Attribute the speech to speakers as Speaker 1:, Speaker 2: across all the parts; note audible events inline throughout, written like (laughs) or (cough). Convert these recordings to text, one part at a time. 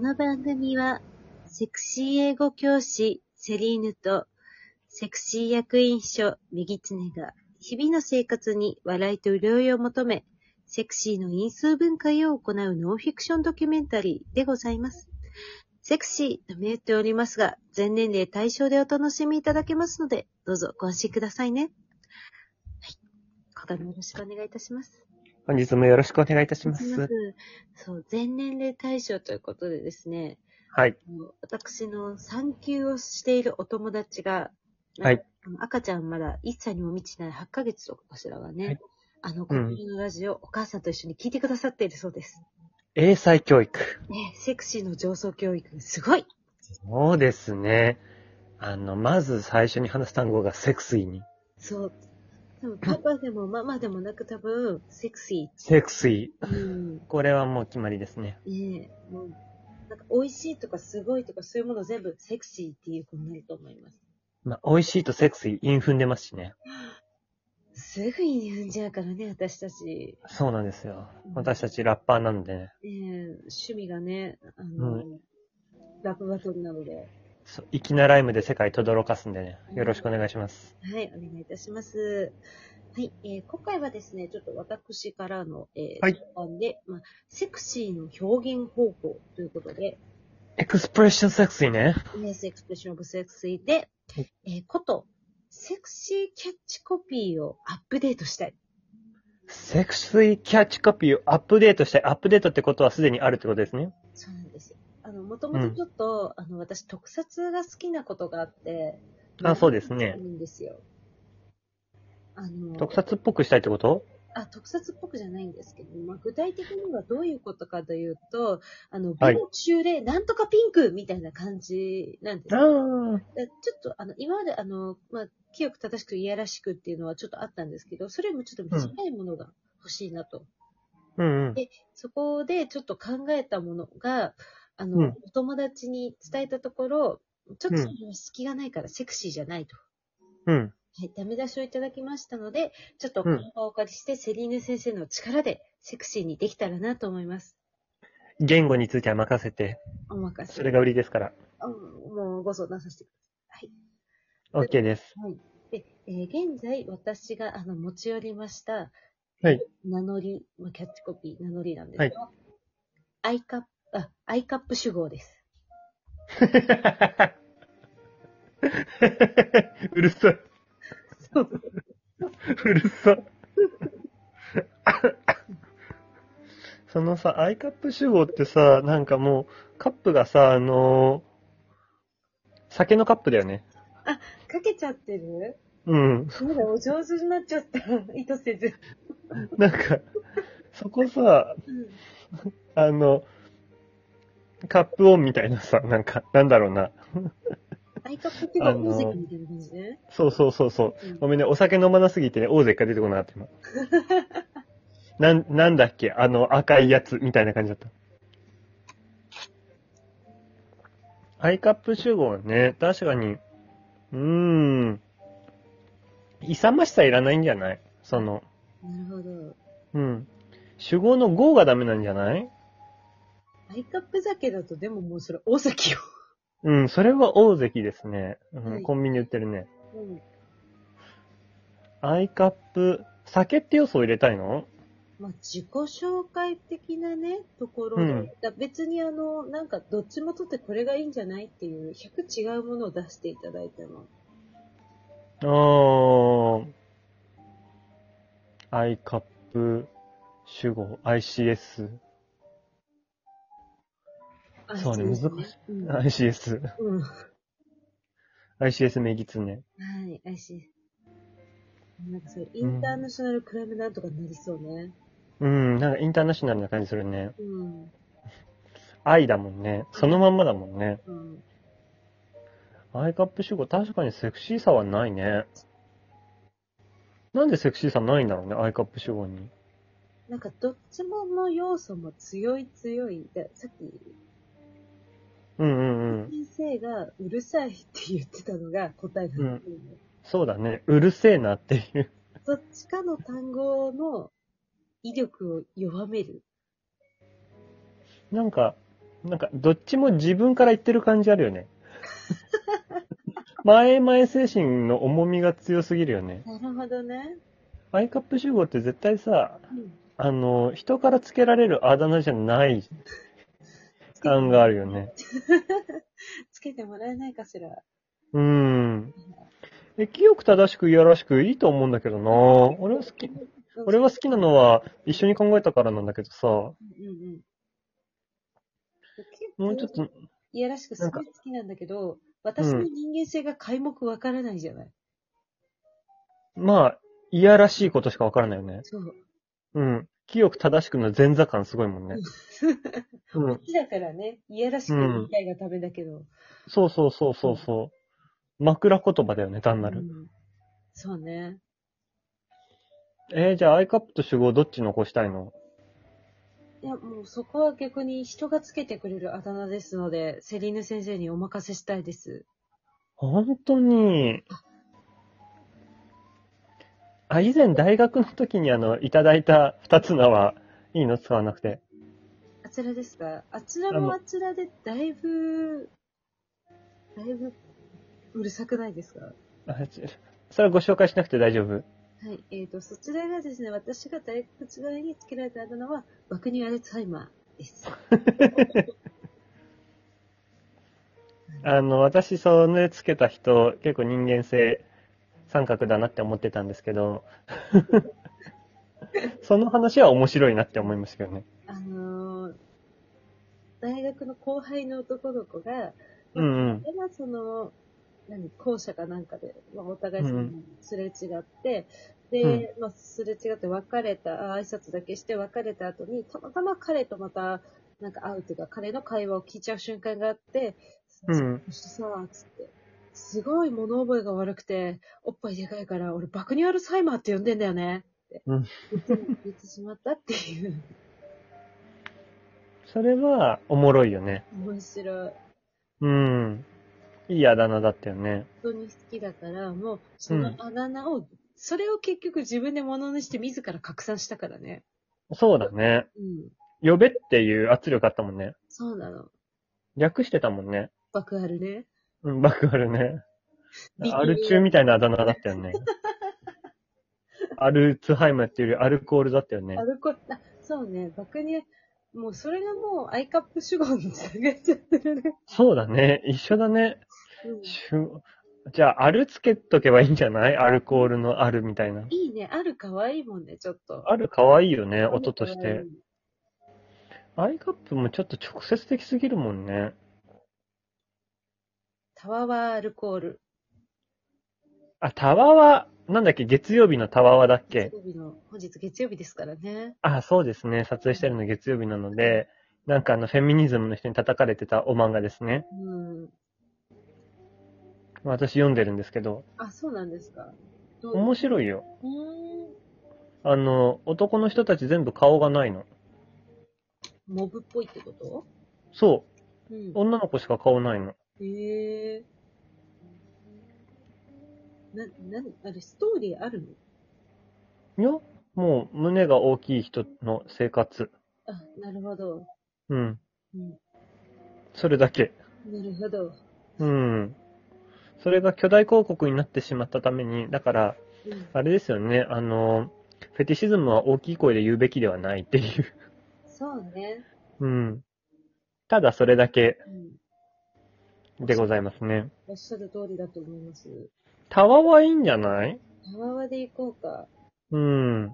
Speaker 1: の番組は、セクシー英語教師セリーヌと、セクシー役員秘書右常が、日々の生活に笑いと潤いを求め、セクシーの因数分解を行うノンフィクションドキュメンタリーでございます。セクシーと銘打っておりますが、全年齢対象でお楽しみいただけますので、どうぞご安心くださいね。はい。今回もよろしくお願いいたします。
Speaker 2: 本日もよろしくお願いいたしま
Speaker 1: います
Speaker 2: す。
Speaker 1: そう、全年齢対象ということでですね、
Speaker 2: はい。
Speaker 1: あの私の産休をしているお友達が、
Speaker 2: はい
Speaker 1: あの。赤ちゃんまだ1歳にも満ちない8ヶ月とかしらがね、
Speaker 2: はい
Speaker 1: あの、このラジオ、お母さんと一緒に聞いてくださっているそうです。
Speaker 2: 英才教育。
Speaker 1: ね、セクシーの上層教育、すごい
Speaker 2: そうですね。あの、まず最初に話す単語がセクシーに。
Speaker 1: そう。でもパパでもママでもなく多分、セクシ
Speaker 2: セクシ
Speaker 1: ー。うん。
Speaker 2: ー。これはもう決まりですね。
Speaker 1: ねえ、もう、なんか美味しいとかすごいとかそういうもの全部セクシーっていう子になると思います。
Speaker 2: まあ、美味しいとセクシー、韻踏んでますしね。
Speaker 1: すぐに踏んじゃうからね、私たち。
Speaker 2: そうなんですよ。私たちラッパーなんでね。
Speaker 1: ねえ趣味がね、あの、
Speaker 2: う
Speaker 1: ラブバトルなので。
Speaker 2: そう粋なライムで世界とどろかすんでね。よろしくお願いします。
Speaker 1: はい、お願いいたします。はい、えー今回はですね、ちょっと私からの、えー、
Speaker 2: はい
Speaker 1: 質問で、まあ、セクシーの表現方法ということで、
Speaker 2: エクスプレッションセクシーね。
Speaker 1: イエスエクスプレッションオブセクシーで
Speaker 2: は、
Speaker 1: えーこと、セクシーキャッチコピーをアップデートしたい。
Speaker 2: セクシーキャッチコピーをアップデートしたい。アップデートってことはすでにあるってことですね。
Speaker 1: そうなんですよ。あの、もともとちょっと、あの、私、特撮が好きなことがあって、
Speaker 2: あそうですね
Speaker 1: いいんですよ。あの、
Speaker 2: 特撮っぽくしたいってこと
Speaker 1: あ、特撮っぽくじゃないんですけど、まあ、具体的にはどういうことかというと、あの、
Speaker 2: はい
Speaker 1: 美の中で、なんとかピンクみたいな感じなんです
Speaker 2: あ
Speaker 1: よ。
Speaker 2: あ。
Speaker 1: だちょっと、あの、今まで、あの、まあ、清く正しくいやらしくっていうのはちょっとあったんですけど、それよりもちょっと短いものが欲しいなと。
Speaker 2: うんうん。
Speaker 1: でそこでちょっと考えたものが、あの、
Speaker 2: うん
Speaker 1: お友達に伝えたところ、ちょっと
Speaker 2: うん
Speaker 1: その隙がないからセクシーじゃないと。
Speaker 2: うん。
Speaker 1: はい、ダメ出しをいただきましたので、ちょっとこ
Speaker 2: うん
Speaker 1: の場をお借りして、セリーヌ先生の力でセクシーにできたらなと思います。
Speaker 2: 言語については任せて、
Speaker 1: お任せ。
Speaker 2: それが売りですから。
Speaker 1: あもうご相談させてくだ
Speaker 2: OK です。
Speaker 1: さい。で、えー現在私があの持ち寄りました、
Speaker 2: はい
Speaker 1: 名乗り、まあ、キャッチコピー、名乗りなんですが、アイカップ、あ、アイカップ主語です。
Speaker 2: うるさい。うるさい。そのさ、アイカップ主語ってさ、なんかもう、カップがさ、あのー酒のカップだよね。
Speaker 1: かけちゃってる
Speaker 2: うん。
Speaker 1: まだお上手になっちゃった。意図せ
Speaker 2: (laughs)
Speaker 1: ず。
Speaker 2: なんか、そこさ、
Speaker 1: うん
Speaker 2: あの、カップオンみたいなさ、なんか、なんだろうな。
Speaker 1: アイカップっていうか、ミュージックみたいな感じね。
Speaker 2: そうそうそうそう。
Speaker 1: うん
Speaker 2: ごめんね、お酒飲まなすぎてね、大関が出てこなかった、今。 (laughs) なん、なんだっけ、あの赤いやつ、みたいな感じだった。アイカップ集合ね、確かに、うーん、勇ましさいらないんじゃないその、
Speaker 1: なるほど。
Speaker 2: うん。主語の語がダメなんじゃない
Speaker 1: アイカップ酒だと、でももうそれ、大崎よ。
Speaker 2: うん、それは大関ですね。うん
Speaker 1: はい
Speaker 2: コンビニで売ってるね。
Speaker 1: うん。
Speaker 2: アイカップ、酒って要素を入れたいの
Speaker 1: まあ、自己紹介的なね、ところで、
Speaker 2: うん
Speaker 1: だ別にあの、なんか、どっちもとってこれがいいんじゃないっていう、100違うものを出していただいたの。
Speaker 2: あー。アイカップ、主語、ICS。
Speaker 1: あ
Speaker 2: そうね
Speaker 1: です
Speaker 2: 難し
Speaker 1: うん。はい。
Speaker 2: ICS。
Speaker 1: うん、は
Speaker 2: ICS 名義つね。
Speaker 1: い、あし。なんかそう、インターナショナルクライムなんとかになりそうね。
Speaker 2: うん、なんかインターナショナルな感じするね。
Speaker 1: うん。
Speaker 2: 愛だもんね。そのまんまだもんね。
Speaker 1: うん。
Speaker 2: アイカップ主語、確かにセクシーさはないね。なんでセクシーさないんだろうね、アイカップ主語に。
Speaker 1: なんか、どっちもの要素も強い強い。ださっき、
Speaker 2: うんうんうん。
Speaker 1: 先生がうるさいって言ってたのが答えだった、
Speaker 2: うんそうだね。うるせえなっていう。
Speaker 1: どっちかの単語の威力を弱める。
Speaker 2: なんか、なんか、どっちも自分から言ってる感じあるよね。前々精神の重みが強すぎるよね。
Speaker 1: なるほどね。
Speaker 2: アイカップ集合って絶対さ、
Speaker 1: うん
Speaker 2: あの、人からつけられるあだ名じゃない感があるよね。
Speaker 1: つけてもらえないかしら。
Speaker 2: うん。え、清く正しくいやらしくいいと思うんだけどな俺は好き、俺は好きなのは一緒に考えたからなんだけどさ、も
Speaker 1: うんうん。
Speaker 2: うちょっと、
Speaker 1: いやらしくすごい好きなんだけど、私の人間性が皆目わからないじゃない。
Speaker 2: まあ、いやらしいことしかわからないよね。
Speaker 1: そう。
Speaker 2: うん。清く正しくの前座感すごいもんね。うん。
Speaker 1: だからね、いやらしく言いたいがためだけど。
Speaker 2: そうそうそうそうそう。枕言葉だよね、単な
Speaker 1: う
Speaker 2: る。
Speaker 1: んそうね。
Speaker 2: えーじゃあアイカップと主語どっち残したいの
Speaker 1: いや、もうそこは逆に人がつけてくれるあだ名ですので、セリーヌ先生にお任せしたいです。
Speaker 2: 本当に。あ、以前大学の時にあの、いただいた二つ名はいいの使わなくて。
Speaker 1: あちらですかあちら
Speaker 2: あの
Speaker 1: もあちらでだいぶ、だいぶうるさくないですか
Speaker 2: あちそれはご紹介しなくて大丈夫。
Speaker 1: はい、えー、と、そちらがですね、私が大学時代につけられたあだ名は、爆乳アルツハイマーです。
Speaker 2: あの、私、それつけた人、結構人間性三角だなって思ってたんです
Speaker 1: (laughs)
Speaker 2: けど、その話は面白いなって思いましたけどね。
Speaker 1: あのー、大学の後輩の男の子が、
Speaker 2: うんうん
Speaker 1: これはその、何、校舎かなんかで、まあ、お互いその
Speaker 2: うん
Speaker 1: すれ違って、で、まあ、すれ違って別れた、あ挨拶だけして別れた後に、たまたま彼とまた、なんか会うというか、彼の会話を聞いちゃう瞬間があって、
Speaker 2: うん
Speaker 1: そしてさ、つって、すごい物覚えが悪くて、おっぱいでかいから、俺、爆乳アルツハイマーって呼んでんだよね。って
Speaker 2: うん
Speaker 1: 言って言ってしまったっていう。
Speaker 2: それは、おもろいよね。
Speaker 1: 面白い。
Speaker 2: うん。いいあだ名だったよね。
Speaker 1: 本当に好きだから、もう、そのあだ名を、それを結局自分で物にして自ら拡散したからね。
Speaker 2: そうだね。
Speaker 1: うん。
Speaker 2: 呼べっていう圧力あったもんね。
Speaker 1: そうなの。
Speaker 2: 略してたもんね。
Speaker 1: 爆あるね。
Speaker 2: うん、バクあるね。
Speaker 1: ビキニ
Speaker 2: アル中みたいなあだ名だったよね。アルツハイマーっていうよりアルコールだったよね
Speaker 1: ア。ルコール、あ、そうね、爆乳、もうそれがもうアイカップ主語につながっちゃってるね。
Speaker 2: そうだね。一緒だね。
Speaker 1: うん
Speaker 2: しゅじゃあ、アルつけとけばいいんじゃないアルコールのアルみたいな。
Speaker 1: いいね、ある可愛いもんね、ちょっと。
Speaker 2: アル可愛いよね、音として。。アイカップもちょっと直接的すぎるもんね。
Speaker 1: タワーはアルコール。
Speaker 2: あ、タワワ、なんだっけ月曜日のタワワだっけ
Speaker 1: 月曜日の、本日月曜日ですからね。
Speaker 2: あ、そうですね。撮影してるの月曜日なので、なんかあの、フェミニズムの人に叩かれてたお漫画ですね。
Speaker 1: うん。
Speaker 2: 私読んでるんですけど、
Speaker 1: あ、そうなんですか。どう
Speaker 2: 面白いよ。
Speaker 1: うーん。
Speaker 2: あの、男の人たち全部顔がないの。
Speaker 1: モブっぽいってこと
Speaker 2: そうう。
Speaker 1: ん。
Speaker 2: 女の子しか顔ないの。
Speaker 1: へえ。な、なに、あれ、ストーリーあるの
Speaker 2: いや、もう胸が大きい人の生活。
Speaker 1: あ、なるほど。
Speaker 2: うん。
Speaker 1: うん。
Speaker 2: それだけ。
Speaker 1: なるほど。
Speaker 2: うん。それが巨大広告になってしまったために、だから、
Speaker 1: うん。
Speaker 2: あれですよね、あの、フェティシズムは大きい声で言うべきではないっていう。
Speaker 1: そうね。
Speaker 2: うん。ただそれだけ
Speaker 1: うん。
Speaker 2: でございますね。
Speaker 1: おっしゃる通りだと思います。
Speaker 2: タワーはいいんじゃない
Speaker 1: タワワで行こうか。
Speaker 2: うん。
Speaker 1: うん。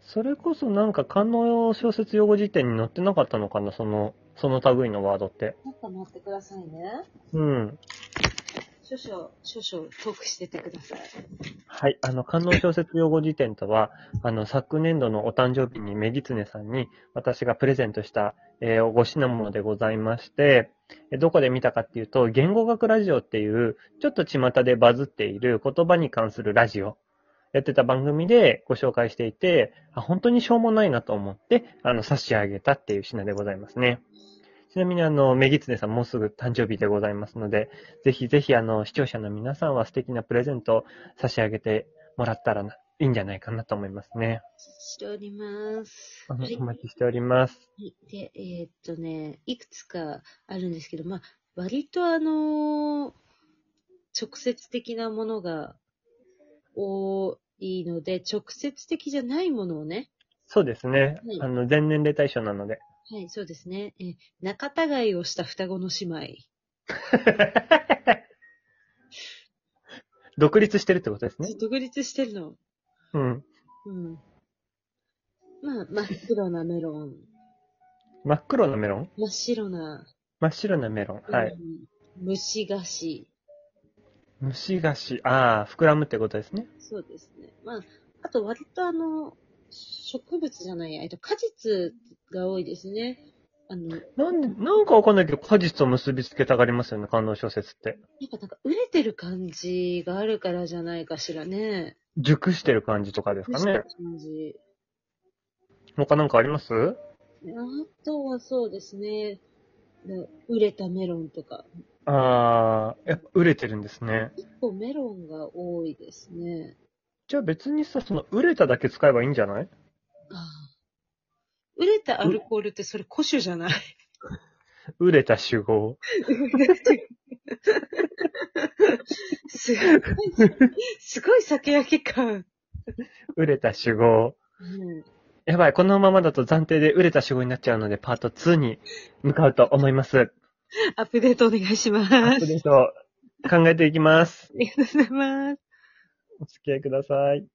Speaker 2: それこそなんか観音小説用語辞典に載ってなかったのかな、その、その類のワードって。
Speaker 1: ちょっと待ってくださいね。
Speaker 2: うん。
Speaker 1: 少々、少々トークしててください。
Speaker 2: はい。あの、観音小説用語辞典とは、あの、昨年度のお誕生日にメギツネさんに私がプレゼントした、えー、ご品物でございまして、えどこで見たかっていうと、言語学ラジオっていう、ちょっと巷でバズっている言葉に関するラジオ、やってた番組でご紹介していて、あ、本当にしょうもないなと思って、あの、差し上げたっていう品でございますね。ちなみにあの、メギツネさんもうすぐ誕生日でございますので、ぜひぜひあの、視聴者の皆さんは素敵なプレゼントを差し上げてもらったらな、いいいんじゃないかなと思いますね。
Speaker 1: しております。
Speaker 2: あの
Speaker 1: はい
Speaker 2: お待ちしております。
Speaker 1: はいで、えーっとね、いくつかあるんですけど、まあ、割とあのー直接的なものが多いので、直接的じゃないものをね、
Speaker 2: そうですね
Speaker 1: はい。
Speaker 2: あの、全年齢対象な
Speaker 1: (laughs)
Speaker 2: ので。
Speaker 1: はい、そうですね、えー仲違いをした双子の姉妹。
Speaker 2: 独立してるってことですね。
Speaker 1: 独立してるの。
Speaker 2: うん。
Speaker 1: うん。まあ、真っ黒なメロン。
Speaker 2: 真っ黒なメロン
Speaker 1: 真っ白な、
Speaker 2: 真っ白なメロン。は
Speaker 1: う
Speaker 2: い。
Speaker 1: ん虫菓子。
Speaker 2: 虫菓子。ああ、膨らむってことですね。
Speaker 1: そうですね。まあ、あと割とあの、植物じゃないや、えっと、果実が多いですね。あの、なんか、
Speaker 2: なんで、なんかわかんないけど、果実を結びつけたがりますよね、感動小説って。
Speaker 1: なんか、熟れてる感じがあるからじゃないかしらね。
Speaker 2: 熟してる感じとかですか
Speaker 1: 熟れ
Speaker 2: ね
Speaker 1: てる。感じ。
Speaker 2: 他なんかあります
Speaker 1: あとはそうですね。な熟れたメロンとか。
Speaker 2: ああ、やっぱ売れてるんですね。
Speaker 1: 結構メロンが多いですね。
Speaker 2: じゃあ別にさ、その、売れただけ使えばいいんじゃない
Speaker 1: ああ。熟れたアルコールってそれ古酒じゃない (laughs)
Speaker 2: 売れた集合。
Speaker 1: すごい、すごい酒焼け感。
Speaker 2: 売れた集合。
Speaker 1: うん
Speaker 2: やばい、このままだと暫定で売れた集合になっちゃうので、パート2に向かうと思います。
Speaker 1: アップデートお願いします。
Speaker 2: アップデート、考えていきます。
Speaker 1: (laughs) ありがとうございます。
Speaker 2: お付き合いください。